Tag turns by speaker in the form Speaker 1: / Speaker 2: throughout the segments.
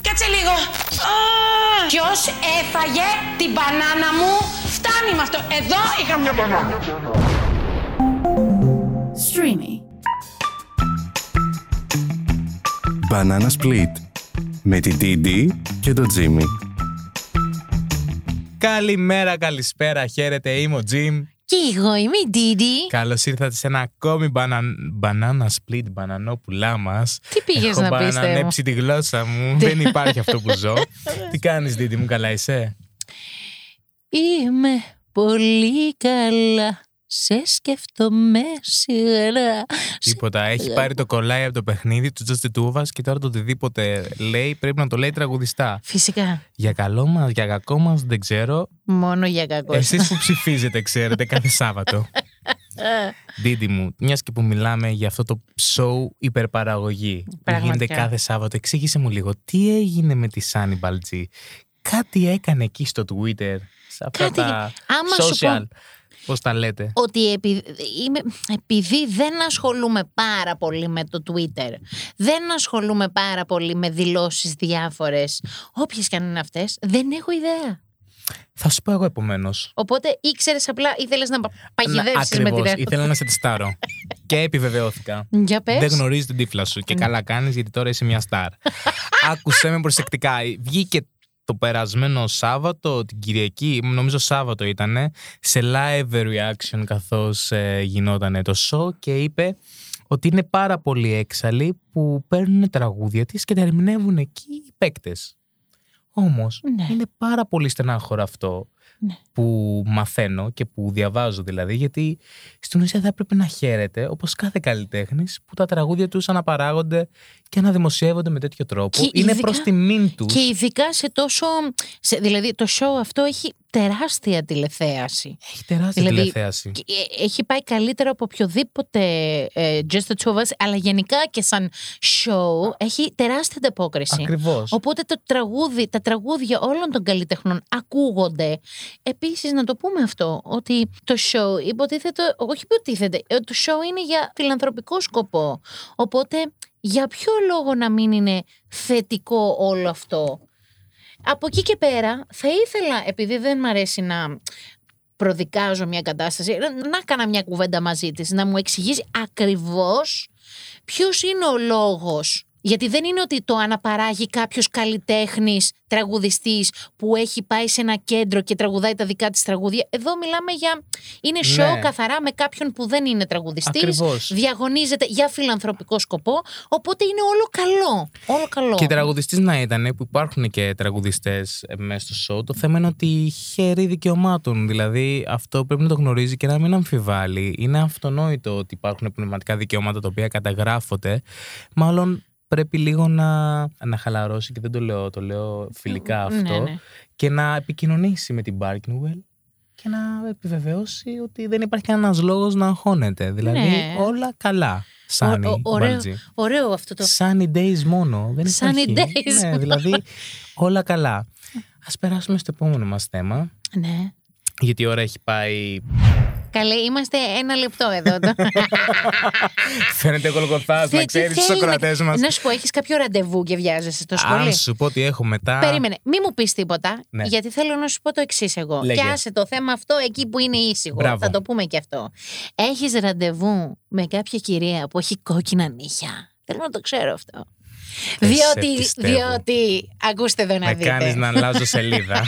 Speaker 1: κάτσε λίγο. Ποιος έφαγε την μπανάνα μου. Φτάνει με αυτό. Εδώ είχα μια μπανάνα.
Speaker 2: Streamy.
Speaker 3: Banana Split με την DD και τον Jimmy.
Speaker 4: Καλημέρα, καλησπέρα, χαίρετε. Είμαι ο Τζιμ.
Speaker 5: Και εγώ είμαι η Ντίντι.
Speaker 4: Καλώς ήρθατε σε ένα ακόμη μπαναν... banana split, μπανανόπουλά μας.
Speaker 5: Τι πήγες να πεις, Θεέ μου?
Speaker 4: Έχω μπανανέψει τη γλώσσα μου. Δεν υπάρχει αυτό που ζω. Τι κάνεις, Δίδυ μου, καλά είσαι.
Speaker 5: Είμαι πολύ καλά. Σε σκέφτομαι σειρά.
Speaker 4: Τίποτα. Έχει πάρει το κολλάι από το παιχνίδι του Τζος Τετούβα και τώρα το οτιδήποτε λέει πρέπει να το λέει τραγουδιστά.
Speaker 5: Φυσικά.
Speaker 4: Για καλό μας, για κακό μας, δεν ξέρω.
Speaker 5: Μόνο για κακό.
Speaker 4: Εσείς που ψηφίζετε, ξέρετε, κάθε Σάββατο. Δίδυ μου, μιας και που μιλάμε για αυτό το show υπερπαραγωγή που
Speaker 5: Πραγματικά.
Speaker 4: γίνεται κάθε Σάββατο, εξήγησε μου λίγο τι έγινε με τη Σάνι Μπαλτζή. Κάτι έκανε εκεί στο Twitter, σε αυτά
Speaker 5: Κάτι-
Speaker 4: τα
Speaker 5: άμα σου πω-
Speaker 4: social. Πώς τα λέτε.
Speaker 5: Ότι επει- είμαι- επειδή δεν ασχολούμαι πάρα πολύ με το Twitter, δεν ασχολούμαι πάρα πολύ με δηλώσεις διάφορες, όποιες και αν είναι αυτές, δεν έχω ιδέα.
Speaker 4: Θα σου πω εγώ επομένως.
Speaker 5: Οπότε ήξερες απλά, ήθελες να πα- παγιδεύσεις με την
Speaker 4: Ακριβώ.
Speaker 5: ερώτηση.
Speaker 4: Ήθελα να σε τεστάρω. και επιβεβαιώθηκα.
Speaker 5: Για πες.
Speaker 4: Δεν γνωρίζεις την τύφλα σου και καλά κάνεις γιατί τώρα είσαι μια στάρ. Άκουσε με προσεκτικά. Βγήκε το περασμένο Σάββατο, την Κυριακή, νομίζω Σάββατο ήτανε, σε live reaction καθώς ε, γινότανε το show και είπε ότι είναι πάρα πολλοί έξαλλοι που παίρνουν τραγούδια της και τα ερμηνεύουν εκεί οι παίκτες. Όμως,
Speaker 5: Ναι.
Speaker 4: είναι πάρα πολύ στενάχωρο αυτό
Speaker 5: Ναι.
Speaker 4: που μαθαίνω και που διαβάζω δηλαδή, γιατί στην ουσία θα έπρεπε να χαίρεται όπως κάθε καλλιτέχνης που τα τραγούδια τους αναπαράγονται και αναδημοσιεύονται με τέτοιο τρόπο.
Speaker 5: Και
Speaker 4: είναι
Speaker 5: ειδικά-
Speaker 4: προς τιμήν τους.
Speaker 5: Και ειδικά σε τόσο. σε- δηλαδή, το show αυτό έχει τεράστια τηλεθέαση.
Speaker 4: Έχει τεράστια
Speaker 5: δηλαδή,
Speaker 4: τηλεθέαση.
Speaker 5: Και, ε, Έχει πάει καλύτερα από οποιοδήποτε ε, Just the Two of Us, αλλά γενικά και σαν show έχει τεράστια ανταπόκριση.
Speaker 4: Ακριβώς.
Speaker 5: Οπότε το τραγούδι, τα τραγούδια όλων των καλλιτεχνών ακούγονται. Επίσης, να το πούμε αυτό, ότι το show υποτίθεται, όχι υποτίθεται, ε, το show είναι για φιλανθρωπικό σκοπό. Οπότε, για ποιο λόγο να μην είναι θετικό όλο αυτό. Από εκεί και πέρα, θα ήθελα, επειδή δεν μ' αρέσει να προδικάζω μια κατάσταση, να έκανα μια κουβέντα μαζί της, να μου εξηγήσει ακριβώς ποιος είναι ο λόγος. Γιατί δεν είναι ότι το αναπαράγει κάποιος καλλιτέχνης, τραγουδιστής που έχει πάει σε ένα κέντρο και τραγουδάει τα δικά της τραγούδια. Εδώ μιλάμε για... Είναι show
Speaker 4: Ναι.
Speaker 5: καθαρά με κάποιον που δεν είναι τραγουδιστής.
Speaker 4: Ακριβώς.
Speaker 5: Διαγωνίζεται για φιλανθρωπικό σκοπό. Οπότε είναι όλο καλό. Όλο καλό.
Speaker 4: Και τραγουδιστή να ήταν, που υπάρχουν και τραγουδιστές μέσα στο σοου. Το θέμα είναι ότι χαίρει δικαιωμάτων. Δηλαδή, αυτό πρέπει να το γνωρίζει και να μην αμφιβάλλει. Είναι αυτονόητο ότι υπάρχουν πνευματικά δικαιώματα τα οποία καταγράφονται. Μάλλον πρέπει λίγο να, να χαλαρώσει και δεν το λέω, το λέω φιλικά
Speaker 5: Ναι,
Speaker 4: αυτό.
Speaker 5: ναι.
Speaker 4: Και να επικοινωνήσει με την Barkingwell και να επιβεβαιώσει ότι δεν υπάρχει κανένας λόγος να αγχώνεται. Δηλαδή,
Speaker 5: Ναι.
Speaker 4: όλα καλά. Σάνι,
Speaker 5: Ο- ο- ωραίο,
Speaker 4: Μπαλτζή.
Speaker 5: ωραίο αυτό το.
Speaker 4: Sunny days μόνο. Δεν
Speaker 5: Sunny
Speaker 4: υπάρχει.
Speaker 5: days.
Speaker 4: Ναι, δηλαδή όλα καλά. Ας περάσουμε στο επόμενο μας θέμα.
Speaker 5: Ναι.
Speaker 4: Γιατί η ώρα έχει πάει.
Speaker 5: Καλέ, είμαστε ένα λεπτό εδώ.
Speaker 4: Φαίνεται κολοκοθάς,
Speaker 5: Τι-
Speaker 4: να
Speaker 5: τι
Speaker 4: ξέρεις τους
Speaker 5: θέλουμε.
Speaker 4: ακροατές μας.
Speaker 5: Να σου πω, έχεις κάποιο ραντεβού και βιάζεσαι Ναι, στο
Speaker 4: Αν
Speaker 5: σχολείο.
Speaker 4: σου πω ότι έχω μετά.
Speaker 5: Περίμενε, μη μου πεις τίποτα,
Speaker 4: Ναι.
Speaker 5: γιατί θέλω να σου πω το εξής εγώ.
Speaker 4: Λέγε.
Speaker 5: Και άσε το θέμα αυτό εκεί που είναι ήσυχο.
Speaker 4: Μπράβο.
Speaker 5: Θα το πούμε και αυτό. Έχεις ραντεβού με κάποια κυρία που έχει κόκκινα νύχια. Θέλω να το ξέρω αυτό.
Speaker 4: Δεν Ε, σε
Speaker 5: Διότι,
Speaker 4: πιστεύω.
Speaker 5: διότι, ακούστε εδώ να
Speaker 4: Με
Speaker 5: δείτε.
Speaker 4: κάνεις να αλλάζω σελίδα.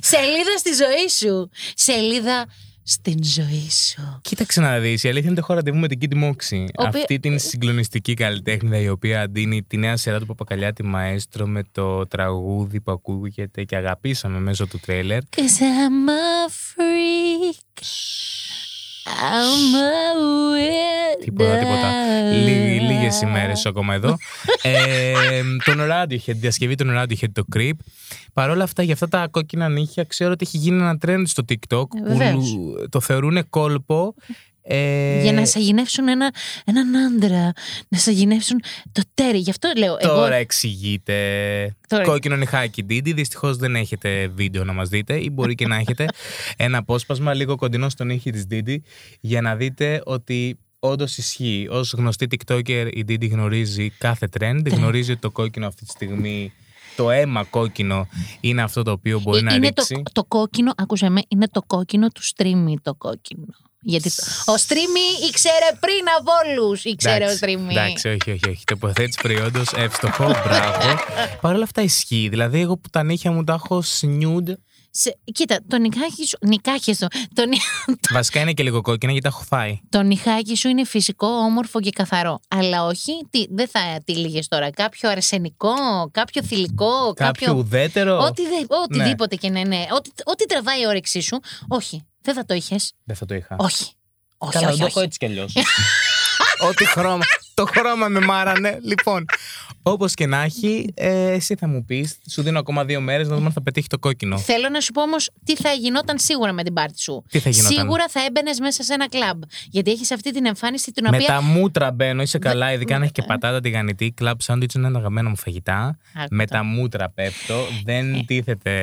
Speaker 5: Σελίδα στη ζωή σου. Σελίδα στην ζωή σου.
Speaker 4: Κοίταξε να δεις. Η αλήθεια είναι ότι έχω ραντεβού με την Κίτι Μόξη.
Speaker 5: οποία-
Speaker 4: Αυτή την συγκλονιστική καλλιτέχνηδα η οποία αντίνει τη νέα σειρά του Παπακαλιάτη Μαέστρο με το τραγούδι που ακούγεται και αγαπήσαμε μέσω του τρέλερ.
Speaker 5: 'Cause I'm a freak. I'm a weirdo.
Speaker 4: Τίποτα, τίποτα. Λίγε ημέρες ακόμα εδώ. ε, τον Radiohead, τη διασκευή των Radiohead, το Creep. Παρ' όλα αυτά, για αυτά τα κόκκινα νύχια, ξέρω ότι έχει γίνει ένα trend στο TikTok
Speaker 5: Ε,
Speaker 4: που
Speaker 5: βεβαίως.
Speaker 4: το θεωρούν κόλπο. Ε,
Speaker 5: Για να σε γυνεύσουν ένα, έναν άντρα, να σε γυνεύσουν το τέρι. Γι' αυτό λέω
Speaker 4: Τώρα
Speaker 5: εγώ.
Speaker 4: εξηγείται.
Speaker 5: Τώρα.
Speaker 4: Κόκκινο νυχάκι Ντίντι. Δυστυχώς δεν έχετε βίντεο να μας δείτε ή μπορεί και να έχετε ένα απόσπασμα λίγο κοντινό στον ήχη της Ντίντι για να δείτε ότι Όντως ισχύει. Ως γνωστή TikToker, η Didi γνωρίζει κάθε trend.
Speaker 5: Ναι.
Speaker 4: Γνωρίζει ότι το κόκκινο αυτή τη στιγμή, το αίμα κόκκινο, είναι αυτό το οποίο μπορεί να
Speaker 5: Ε, είναι το,
Speaker 4: ρίξει.
Speaker 5: το κόκκινο, ακούσε με, είναι το κόκκινο του streamy το κόκκινο. Γιατί το- ο streamy ήξερε πριν από όλους, ήξερε ο
Speaker 4: Εντάξει,
Speaker 5: streamy.
Speaker 4: Εντάξει, όχι, όχι. όχι. Τοποθέτηση προϊόντο εύστοχο. Μπράβο. Παρ' όλα αυτά ισχύει. Δηλαδή, εγώ που τα νύχια μου τα έχω σνιούντ.
Speaker 5: Σε- κοίτα, το νικάκι σου, νικάκι σου, το, νι-
Speaker 4: Βασικά είναι και λίγο κόκκινα γιατί τα έχω φάει.
Speaker 5: το νιχάκι σου είναι φυσικό, όμορφο και καθαρό. Αλλά όχι, τι, δεν θα τύλιγες τώρα. Κάποιο αρσενικό, κάποιο θηλυκό,
Speaker 4: Κάποιο Ναι.
Speaker 5: κάποιο.
Speaker 4: ουδέτερο.
Speaker 5: Ό,τι δε- οτιδήποτε και να είναι. Ό,τι, ό,τι τραβάει η όρεξή σου. Όχι, δεν θα το είχες.
Speaker 4: Δεν θα το είχα.
Speaker 5: Όχι. Όχι,
Speaker 4: Καλά,
Speaker 5: όχι,
Speaker 4: το έχω
Speaker 5: όχι.
Speaker 4: έτσι κι αλλιώς. Ό,τι χρώμα. Το χρώμα με μάρανε. Λοιπόν, όπως και να έχει, ε, εσύ θα μου πεις, σου δίνω ακόμα δύο μέρες να δούμε αν θα πετύχει το κόκκινο.
Speaker 5: Θέλω να σου πω όμως τι θα γινόταν σίγουρα με την πάρτι σου.
Speaker 4: Τι θα γινόταν?
Speaker 5: Σίγουρα θα έμπαινες μέσα σε ένα κλαμπ. Γιατί έχεις αυτή την εμφάνιση την
Speaker 4: Με
Speaker 5: οποία.
Speaker 4: τα μούτρα μπαίνω, είσαι καλά, ειδικά αν έχει και πατάτα τηγανητή. Κλαμπ σάντουιτ είναι ένα αγαπημένο μου φαγητά.
Speaker 5: Άκου
Speaker 4: Με
Speaker 5: το.
Speaker 4: τα μούτρα πέφτω. Δεν τίθεται.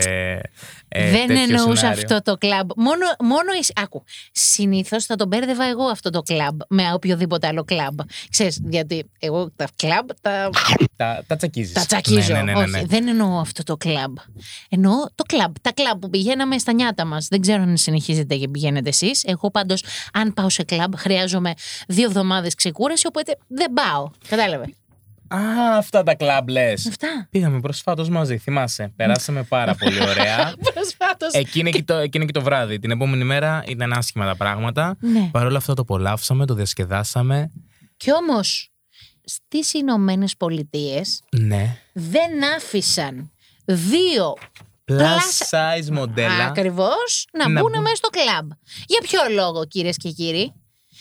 Speaker 4: ε,
Speaker 5: Δεν
Speaker 4: τέτοιο
Speaker 5: εννοούσα
Speaker 4: σενάριο.
Speaker 5: αυτό το κλαμπ. Μόνο, μόνο εσύ. Άκου. Συνήθως θα τον μπέρδευα εγώ αυτό το κλαμπ με οποιοδήποτε άλλο κλαμπ. Ξέρεις, γιατί εγώ τα κλαμπ τα,
Speaker 4: Τα, τα τσακίζεις.
Speaker 5: τα τσακίζω.
Speaker 4: Ναι, ναι, ναι, ναι, ναι.
Speaker 5: Όχι, δεν εννοώ αυτό το κλαμπ. Εννοώ το κλαμπ. Τα κλαμπ που πηγαίναμε στα νιάτα μας. Δεν ξέρω αν συνεχίζετε και πηγαίνετε εσείς. Εγώ πάντως, αν πάω σε κλαμπ, χρειάζομαι δύο εβδομάδες ξεκούραση, οπότε δεν πάω. Κατάλαβε.
Speaker 4: Α, αυτά τα κλαμπ λες.
Speaker 5: Αυτά.
Speaker 4: Πήγαμε προσφάτως μαζί, θυμάσαι. Περάσαμε πάρα πολύ ωραία.
Speaker 5: Προσφάτως.
Speaker 4: Εκείνη και, το, εκείνη και το βράδυ. Την επόμενη μέρα ήταν άσχημα τα πράγματα.
Speaker 5: Ναι.
Speaker 4: Παρ' όλα αυτά το απολαύσαμε, το διασκεδάσαμε.
Speaker 5: Κι όμως, στις Ηνωμένες Πολιτείες
Speaker 4: Ναι.
Speaker 5: δεν άφησαν δύο
Speaker 4: Plus size μοντέλα.
Speaker 5: ακριβώς να,
Speaker 4: Να
Speaker 5: μπουν
Speaker 4: μπουν.
Speaker 5: μέσα στο κλαμπ. Για ποιο λόγο, κυρίες και κύριοι.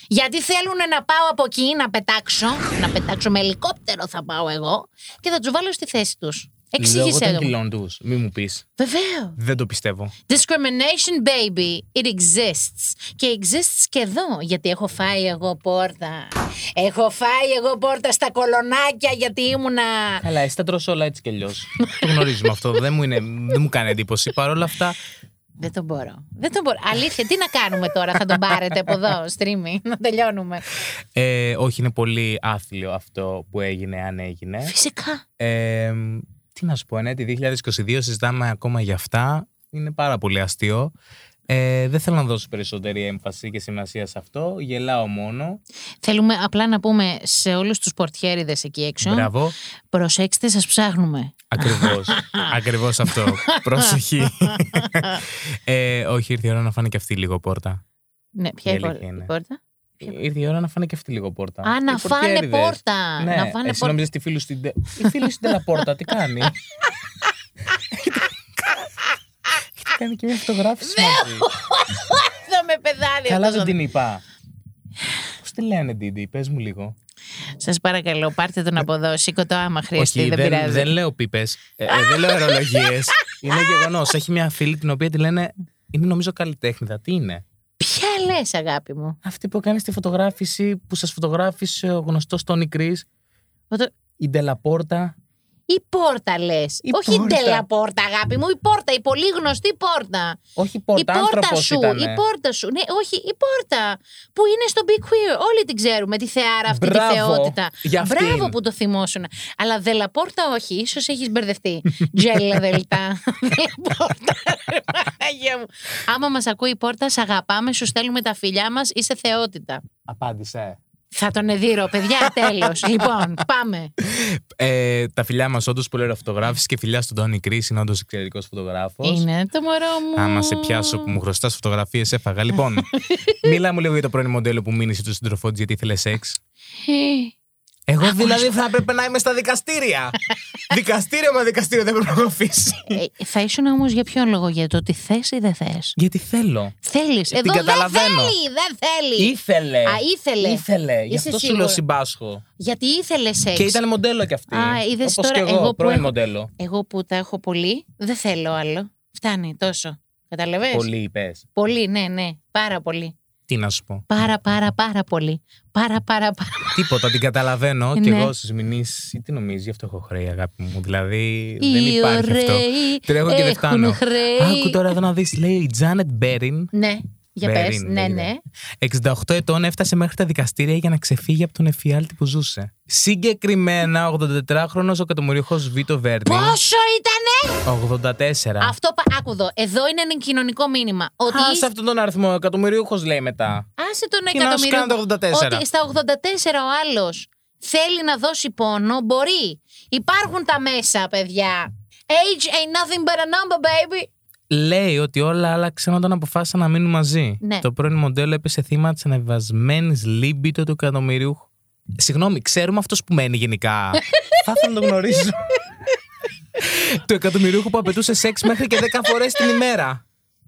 Speaker 5: Γιατί θέλουν να πάω από εκεί να πετάξω, να πετάξω με ελικόπτερο θα πάω εγώ και θα τους βάλω στη θέση τους.
Speaker 4: Λόγω
Speaker 5: Εξήγησέ
Speaker 4: των
Speaker 5: το. μου.
Speaker 4: κιλών τους. Μη μου πεις.
Speaker 5: Βεβαίως.
Speaker 4: Δεν το πιστεύω.
Speaker 5: Discrimination, baby. It exists. Και exists και εδώ, γιατί έχω φάει εγώ πόρτα. Έχω φάει εγώ πόρτα στα κολονάκια γιατί ήμουνα
Speaker 4: Καλά, εσύ τα τρως όλα έτσι κι αλλιώς. το γνωρίζουμε αυτό. Δεν μου, είναι, δεν μου κάνει εντύπωση. Παρ' όλα αυτά,
Speaker 5: Δεν τον μπορώ. Δεν τον μπορώ. Αλήθεια, τι να κάνουμε τώρα, θα τον πάρετε από εδώ, streaming, να τελειώνουμε.
Speaker 4: ε, όχι, είναι πολύ άθλιο αυτό που έγινε, αν έγινε.
Speaker 5: Φυσικά.
Speaker 4: Ε, τι να σου πω, ναι, εν έτη 2022 συζητάμε ακόμα για αυτά. Είναι πάρα πολύ αστείο. Ε, δεν θέλω να δώσω περισσότερη έμφαση και σημασία σε αυτό. Γελάω μόνο.
Speaker 5: Θέλουμε απλά να πούμε σε όλους τους πορτιέριδες εκεί έξω,
Speaker 4: Μπράβο.
Speaker 5: προσέξτε, σας ψάχνουμε.
Speaker 4: Ακριβώς. Ακριβώς αυτό. Πρόσεχη. ε, όχι, ήρθε η ώρα να φάνε και αυτή λίγο πόρτα.
Speaker 5: Ναι, ποια
Speaker 4: Η
Speaker 5: η πόρτα.
Speaker 4: αλήθεια είναι.
Speaker 5: η πόρτα.
Speaker 4: Ήρθε η ώρα να φάνε και αυτή λίγο πόρτα.
Speaker 5: Α, να
Speaker 4: Οι
Speaker 5: φάνε
Speaker 4: πορτιέριδες.
Speaker 5: πόρτα.
Speaker 4: Ναι,
Speaker 5: Να
Speaker 4: εσύ
Speaker 5: φάνε πόρτα.
Speaker 4: νόμιζες τη φίλη στην. τε- Η φίλη στην τελαπόρτα, τι κάνει. Έχετε κάνει και μια φωτογράφηση μαζί.
Speaker 5: Θα με πεδάλει
Speaker 4: Καλά
Speaker 5: αυτός
Speaker 4: δεν
Speaker 5: ο-
Speaker 4: την είπα. Πώς τη λένε, Ντίντι, πες μου λίγο.
Speaker 5: Σας παρακαλώ, πάρτε
Speaker 4: Ναι.
Speaker 5: τον από εδώ, σήκω το άμα χρειαστεί, δεν πειράζει.
Speaker 4: λέω πίπες, δεν λέω αερολογίες. είναι γεγονός. Έχει μια φίλη την οποία τη λένε. Είναι νομίζω καλλιτέχνηδα. Τι είναι.
Speaker 5: Ποια λες, αγάπη μου.
Speaker 4: Αυτή που έκανε τη φωτογράφηση που σας φωτογράφησε ο γνωστός Τόνι Κρι,
Speaker 5: Ο το-
Speaker 4: η Ντελαπόρτα.
Speaker 5: Η πόρτα λες.
Speaker 4: Η
Speaker 5: Όχι η
Speaker 4: πόρτα.
Speaker 5: τελαπόρτα, αγάπη μου. Η πόρτα, η πολύ γνωστή πόρτα.
Speaker 4: Όχι
Speaker 5: η
Speaker 4: πόρτα,
Speaker 5: πόρτα
Speaker 4: άνθρωπος
Speaker 5: σου,
Speaker 4: ήταν.
Speaker 5: η πόρτα σου. Ναι, όχι, η πόρτα που είναι στο Big Queer. Όλοι την ξέρουμε, τη θεάρα αυτή,
Speaker 4: Μπράβο,
Speaker 5: τη θεότητα.
Speaker 4: για αυτήν.
Speaker 5: Μπράβο που το θυμόσουν. Αλλά δελαπόρτα όχι, ίσως έχεις μπερδευτεί. Τζέλα δελτά. Δελαπόρτα. ρε Παναγία μου. Άμα μας ακούει η πόρτα, σε αγαπάμε, σου στέλνουμε τα φιλιά μας, είσαι θεότητα.
Speaker 4: Απάντησε.
Speaker 5: Θα τον εδείρω, παιδιά, τέλος. λοιπόν, πάμε.
Speaker 4: Ε, τα φιλιά μας, όντως που λέω φωτογράφηση και φιλιά στον Τόνι Κρι, είναι όντως εξαιρετικός φωτογράφος.
Speaker 5: Είναι το μωρό μου.
Speaker 4: Άμα σε πιάσω που μου χρωστάς φωτογραφίες, έφαγα. Λοιπόν, μίλα μου λίγο για το πρώην μοντέλο που μείνησε του σύντροφό της γιατί ήθελες σεξ. Εγώ δηλαδή θα έπρεπε να είμαι στα δικαστήρια. δικαστήριο με δικαστήριο δεν πρέπει να το αφήσει.
Speaker 5: Ε, θα ήσουν όμως για ποιο λόγο, για το ότι θες ή δεν θες.
Speaker 4: Γιατί θέλω.
Speaker 5: Θέλεις.
Speaker 4: Την
Speaker 5: Εδώ δεν
Speaker 4: καταλαβαίνω.
Speaker 5: θέλει. Δεν θέλει.
Speaker 4: Ήθελε.
Speaker 5: Α, ήθελε.
Speaker 4: Ήθελε. Γι'
Speaker 5: Είσαι
Speaker 4: αυτό σου
Speaker 5: σίγουρο.
Speaker 4: λέω συμπάσχω.
Speaker 5: Γιατί ήθελες σεξ.
Speaker 4: Και ήταν μοντέλο κι αυτή.
Speaker 5: Α, είδες
Speaker 4: Όπως
Speaker 5: τώρα
Speaker 4: και εγώ,
Speaker 5: εγώ που
Speaker 4: πρώην
Speaker 5: έχω-
Speaker 4: μοντέλο.
Speaker 5: Εγώ που τα έχω πολύ, δεν θέλω άλλο. Φτάνει τόσο. Καταλαβες.
Speaker 4: Πολύ είπες.
Speaker 5: Πολύ, ναι, ναι. Πάρα πολύ.
Speaker 4: Τι να σου πω.
Speaker 5: Πάρα, πάρα, πάρα πολύ. Πάρα, πάρα, πάρα.
Speaker 4: Τίποτα, την καταλαβαίνω. και
Speaker 5: Ναι.
Speaker 4: εγώ στις μηνύσεις. Τι νομίζεις, γι' αυτό έχω χρέη, αγάπη μου. Δηλαδή δεν
Speaker 5: Οι
Speaker 4: υπάρχει αυτό.
Speaker 5: ωραίοι
Speaker 4: Τρέχω και δεν
Speaker 5: έχουν
Speaker 4: φτάνω.
Speaker 5: χρέη.
Speaker 4: Άκου τώρα εδώ να δεις, λέει η Τζάνετ Μπέριν.
Speaker 5: Ναι. Για πες.
Speaker 4: Βερίνη,
Speaker 5: Ναι,
Speaker 4: δεν
Speaker 5: ναι.
Speaker 4: 68 ετών έφτασε μέχρι τα δικαστήρια για να ξεφύγει από τον εφιάλτη που ζούσε. Συγκεκριμένα, 84χρονο ο κατομμυριούχο Βίτο Βέρντι,
Speaker 5: Πόσο ήτανε!
Speaker 4: 84.
Speaker 5: Αυτό πα- άκου εδώ. Εδώ είναι ένα κοινωνικό μήνυμα. Ότι
Speaker 4: Α, σε αυτόν τον αριθμό, εκατομμυρίουχος λέει μετά.
Speaker 5: άσε τον
Speaker 4: Τι να σου κάνει
Speaker 5: εκατομμύριο.
Speaker 4: το 84.
Speaker 5: Ότι στα 84 ο άλλος θέλει να δώσει πόνο, μπορεί. Υπάρχουν τα μέσα, παιδιά. Age ain't nothing but a number, baby.
Speaker 4: Λέει ότι όλα άλλαξαν όταν αποφάσισαν να μείνουν μαζί.
Speaker 5: Ναι.
Speaker 4: Το πρώην μοντέλο έπεσε θύμα της ανεβασμένης λίμπητο του εκατομμυριούχου. Συγγνώμη, ξέρουμε αυτός που μένει γενικά. Θα ήθελα να το γνωρίζω. του εκατομμυριούχου που απαιτούσε σεξ μέχρι και 10 φορές την ημέρα.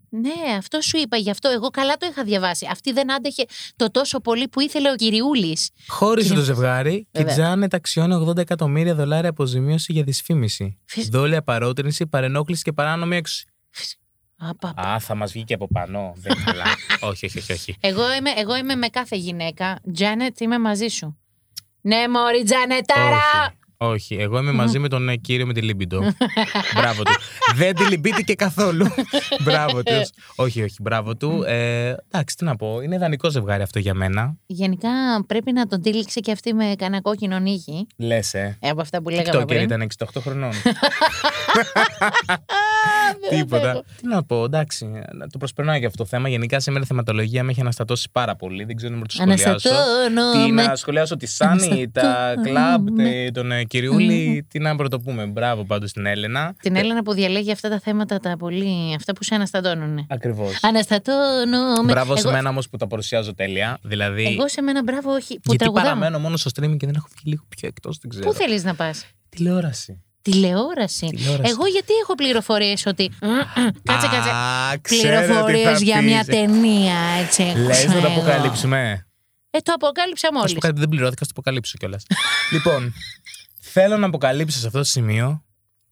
Speaker 5: Ναι, αυτό σου είπα, γι' αυτό εγώ καλά το είχα διαβάσει. Αυτή δεν άντεχε το τόσο πολύ που ήθελε ο Κυριούλης.
Speaker 4: Χώρισε
Speaker 5: Κύριε-
Speaker 4: το ζευγάρι και η
Speaker 5: Βέβαια.
Speaker 4: Τζάνετ αξιώνει 80 εκατομμύρια δολάρια αποζημίωση για δυσφήμιση.
Speaker 5: Φυσ-
Speaker 4: Δόλια παρότρινση, παρενόχληση και παράνομη εξ.
Speaker 5: Απαπα.
Speaker 4: Α, θα μας βγει και από πάνω. Δεν καλά. όχι, όχι, όχι, όχι.
Speaker 5: Εγώ είμαι, εγώ είμαι με κάθε γυναίκα. Τζάνετ, είμαι μαζί σου. Ναι, Μωρή Τζανετάρα!
Speaker 4: όχι. Όχι, εγώ είμαι μαζί με τον ε, κύριο με τη λίμπιντο. μπράβο του. Δεν τη λυμπήθηκε καθόλου. μπράβο τους. όχι, όχι, μπράβο του. Ε, εντάξει, τι να πω. Είναι ιδανικό ζευγάρι αυτό για μένα.
Speaker 5: Γενικά πρέπει να τον τύλιξε και αυτή με κανένα κόκκινο νύχι.
Speaker 4: Λες, ε.
Speaker 5: Ε, από αυτά που λέγαμε
Speaker 4: TikToker
Speaker 5: πριν.
Speaker 4: ήταν 68 χρονών.
Speaker 5: Α, Ε, δεν
Speaker 4: Τίποτα.
Speaker 5: φεύγω.
Speaker 4: Τι να πω, εντάξει. να Το προσπερνάω για αυτό το θέμα. Γενικά σήμερα η θεματολογία με έχει αναστατώσει πάρα πολύ. Δεν ξέρω αν μπορώ να το σχολιάσω. Τι
Speaker 5: Αναστατώνω με... ε, ναι.
Speaker 4: να σχολιάσω τη Σάνι, τα
Speaker 5: Αναστατώνω
Speaker 4: κλαμπ,
Speaker 5: με.
Speaker 4: τε- τον ε, Κυριούλη. Τι να πρωτοπούμε. Μπράβο πάντως στην Έλενα.
Speaker 5: Την Έλενα που διαλέγει αυτά τα θέματα τα πολύ... Αυτά που σε αναστατώνουν.
Speaker 4: Ακριβώς.
Speaker 5: Αναστατώνω με...
Speaker 4: Μπράβο σε
Speaker 5: Εγώ-
Speaker 4: μένα όμως που τα παρουσιάζω τέλεια. Δηλαδή.
Speaker 5: Εγώ σε μένα μπράβο όχι. Που
Speaker 4: Γιατί
Speaker 5: τραγουδάω.
Speaker 4: παραμένω μόνο στο streaming και δεν έχω βγει λίγο πιο εκτός, δεν ξέρω.
Speaker 5: Πού θέλεις να πας.
Speaker 4: Τηλεόραση.
Speaker 5: Τηλεόραση.
Speaker 4: Τηλεόραση.
Speaker 5: Εγώ γιατί έχω πληροφορίες ότι. κάτσε, κάτσε.
Speaker 4: Α, ξέρω τι θα
Speaker 5: Πληροφορίες για μια
Speaker 4: πεις.
Speaker 5: ταινία, έτσι. έχω
Speaker 4: Λες να
Speaker 5: εγώ.
Speaker 4: τα αποκαλύψουμε.
Speaker 5: Ε, το αποκάλυψα
Speaker 4: Θα σου
Speaker 5: μόλι.
Speaker 4: πω κάτι που δεν πληρώθηκα, θα το αποκαλύψω κιόλας. λοιπόν, θέλω να αποκαλύψω σε αυτό το σημείο,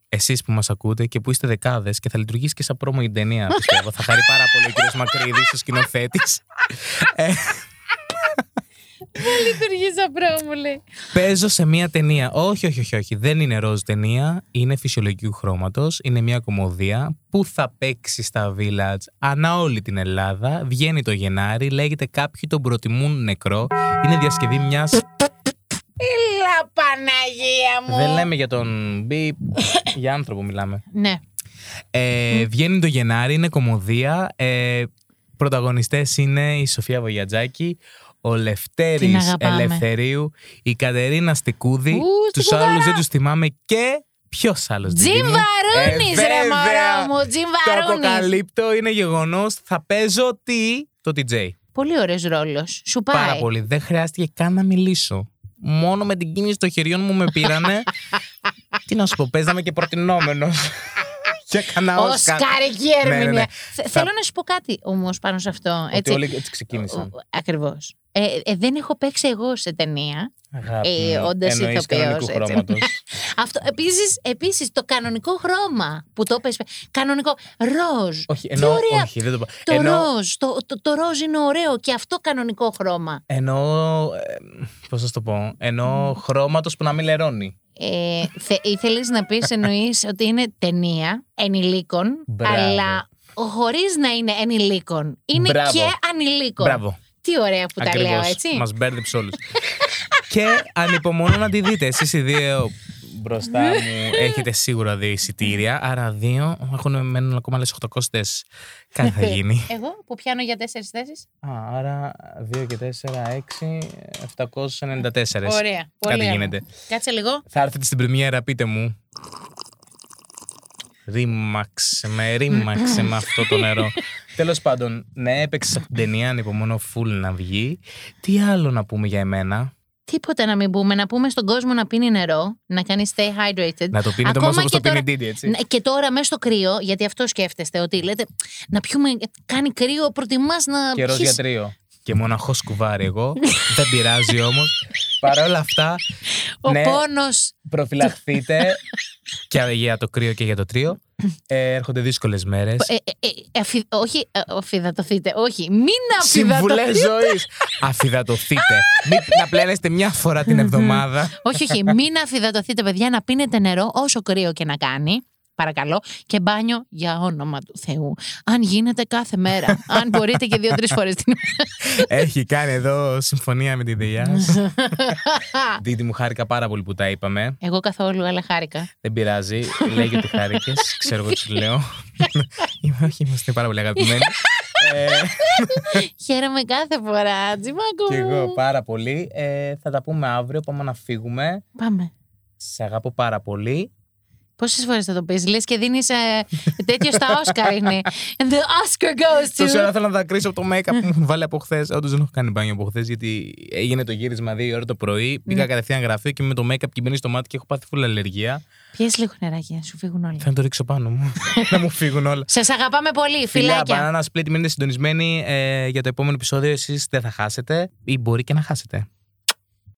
Speaker 4: εσείς που μας ακούτε και που είστε δεκάδες και θα λειτουργήσει και σαν πρόμο η ταινία, πιστεύω. θα χαρεί πάρα πολύ ο κ. Μακρύδης, ο σκηνοθέτης.
Speaker 5: Λειτουργεί σαν πρόμο, λέει.
Speaker 4: Παίζω σε μία ταινία. Όχι, όχι, όχι, όχι. Δεν είναι ροζ ταινία. Είναι φυσιολογικού χρώματος. Είναι μία κομμωδία που θα παίξει στα village ανά όλη την Ελλάδα. Βγαίνει το Γενάρη. Λέγεται Κάποιοι τον προτιμούν νεκρό. Είναι διασκευή μιας.
Speaker 5: Ελά, Παναγία μου.
Speaker 4: Δεν λέμε για τον μπιπ. για άνθρωπο μιλάμε.
Speaker 5: Ναι.
Speaker 4: Ε, βγαίνει το Γενάρη, είναι κομμωδία. Ε, πρωταγωνιστές είναι η Σοφία Βογιατζάκη, ο
Speaker 5: Την
Speaker 4: Λευτέρης
Speaker 5: αγαπάμε.
Speaker 4: Ελευθερίου, η Κατερίνα Στικούδη.
Speaker 5: Ου,
Speaker 4: τους
Speaker 5: Στικουδάρα!
Speaker 4: άλλους δεν τους θυμάμαι και ποιος άλλος δεν
Speaker 5: Τζιμ
Speaker 4: είναι.
Speaker 5: Βαρούνη,
Speaker 4: Ε,
Speaker 5: ρε
Speaker 4: βέβαια.
Speaker 5: μωρό μου. Τζιμ
Speaker 4: Το
Speaker 5: Βαρούνη.
Speaker 4: αποκαλύπτω, είναι γεγονός. Θα παίζω τι, το DJ.
Speaker 5: Πολύ ωραίος ρόλος. Σου πάει.
Speaker 4: Πάρα πολύ. Δεν χρειάστηκε καν να μιλήσω. Μόνο με την κίνηση των χεριών μου με πήρανε. τι να σου πω, παίζαμε και προτινόμενος. Για κανένα Όσκαρ.
Speaker 5: Οσκαρική
Speaker 4: ναι, ναι.
Speaker 5: ερμηνεία. Θε-
Speaker 4: Θα-
Speaker 5: Θέλω να σου πω κάτι όμως πάνω σε αυτό.
Speaker 4: Ότι
Speaker 5: Έτσι.
Speaker 4: όλοι έτσι ξεκίνησαν.
Speaker 5: Ακριβώς. Ε, ε, δεν έχω παίξει εγώ σε ταινία.
Speaker 4: Αγάπη
Speaker 5: Ε,
Speaker 4: μου,
Speaker 5: όντας
Speaker 4: εννοείς
Speaker 5: ηθοποιός,
Speaker 4: κανονικού
Speaker 5: έτσι.
Speaker 4: χρώματος.
Speaker 5: Αυτό επίσης, επίσης το κανονικό χρώμα που το είπες, κανονικό ροζ.
Speaker 4: όχι, εννοώ,
Speaker 5: ωραία.
Speaker 4: όχι, δεν το πω.
Speaker 5: Το
Speaker 4: εννοώ,
Speaker 5: ροζ, το, το, το ροζ είναι ωραίο και αυτό κανονικό χρώμα.
Speaker 4: εννοώ, ε, πώς να σου το πω, εννοώ χρώματος που να μην λερώνει.
Speaker 5: Ε, θε, ήθελες να πεις εννοείς ότι είναι ταινία ενηλίκων,
Speaker 4: Μπράβο.
Speaker 5: αλλά χωρίς να είναι ενηλίκων. Είναι
Speaker 4: Μπράβο.
Speaker 5: και ανηλίκων.
Speaker 4: Μπράβο,
Speaker 5: Τι ωραία που
Speaker 4: ακριβώς,
Speaker 5: τα λέω, έτσι.
Speaker 4: μας μπέρδεψε όλους. και ανυπομονώ να τη δείτε, εσείς οι δύο μπροστά
Speaker 5: Ναι.
Speaker 4: μου έχετε σίγουρα δύο εισιτήρια, άρα δύο, έχουν μένουν ακόμα άλλες 800, κάτι θα γίνει.
Speaker 5: Εγώ που πιάνω για τέσσερις θέσεις.
Speaker 4: Α, άρα 2 και 4, 6, 794.
Speaker 5: Ωραία. Πολύ
Speaker 4: Κάτι
Speaker 5: ωραία.
Speaker 4: γίνεται.
Speaker 5: Κάτσε λίγο.
Speaker 4: Θα έρθετε στην πρεμιέρα, πείτε μου. Ρίμαξε με, ρίμαξε με αυτό το νερό. Τέλος πάντων, ναι, έπαιξε από την ταινία, ανυπομονώ full να βγει. Τι άλλο να πούμε για εμένα.
Speaker 5: Τίποτα να μην πούμε. Να πούμε στον κόσμο να πίνει νερό, να κάνει stay hydrated.
Speaker 4: Να το πίνετε
Speaker 5: Ακόμα
Speaker 4: μόνο όπω το πίνει
Speaker 5: και
Speaker 4: η
Speaker 5: τώρα-
Speaker 4: Ντίντι, έτσι.
Speaker 5: Ναι, Και τώρα μέσα στο κρύο, γιατί αυτό σκέφτεστε, ότι λέτε να πιούμε. Κάνει κρύο, προτιμάς να.
Speaker 4: Καιρό
Speaker 5: πιεις-
Speaker 4: για τρίο. Και μοναχός κουβάρι εγώ. Δεν πειράζει όμως. Παρ' όλα αυτά,
Speaker 5: Ο
Speaker 4: ναι,
Speaker 5: πόνος.
Speaker 4: προφυλαχθείτε και για το κρύο και για το τρίο. Ε, έρχονται δύσκολες μέρες.
Speaker 5: Ε, όχι, ε, αφυδατωθείτε. Όχι, μην
Speaker 4: Συμβουλέ
Speaker 5: αφυδατωθείτε.
Speaker 4: ζωής. Αφιδατωθείτε. Μην να πλένεστε μια φορά την εβδομάδα.
Speaker 5: όχι, όχι, μην αφυδατωθείτε, παιδιά, να πίνετε νερό όσο κρύο και να κάνει. παρακαλώ. Και μπάνιο για όνομα του Θεού. Αν γίνεται κάθε μέρα. Αν μπορείτε και δύο-τρει φορές την
Speaker 4: Έχει κάνει εδώ συμφωνία με τη Δία.
Speaker 5: ημέρα.
Speaker 4: Δίδη μου, χάρηκα πάρα πολύ που τα είπαμε.
Speaker 5: Εγώ καθόλου, αλλά χάρηκα.
Speaker 4: Δεν πειράζει. Λέγε ότι χάρηκες. Ξέρω εγώ τι σου λέω. Είμαι- Όχι, είμαστε πάρα πολύ αγαπημένοι. ε,
Speaker 5: Χαίρομαι κάθε φορά, Τζιμάκο.
Speaker 4: και εγώ
Speaker 5: μου.
Speaker 4: πάρα πολύ. Ε, θα τα πούμε αύριο. Πάμε να φύγουμε.
Speaker 5: Πάμε.
Speaker 4: Σε αγαπώ πάρα πολύ.
Speaker 5: Πόσες φορές θα το πεις, λες και δίνεις ε, τέτοιο στα Όσκαρ είναι. And the Oscar goes
Speaker 4: Τόση
Speaker 5: to.
Speaker 4: ώρα θέλω να δακρύσω από το make-up που μου έχουν βάλει από χθες. Όντως δεν έχω κάνει μπάνιο από χθες γιατί έγινε το γύρισμα 2 η ώρα το πρωί. Πήγα κατευθείαν γραφείο και με το make-up και μπαίνει στο μάτι και έχω πάθει φουλ αλλεργία.
Speaker 5: Πιες λίγο νεράκι, να σου φύγουν όλα.
Speaker 4: Θέλω να το ρίξω πάνω μου. να μου φύγουν όλα.
Speaker 5: Σας αγαπάμε πολύ,
Speaker 4: Φιλιά,
Speaker 5: φιλάκια.
Speaker 4: Banana Split, μείνετε συντονισμένοι ε, για το επόμενο επεισόδιο. Εσείς δεν θα χάσετε ή μπορεί και να χάσετε.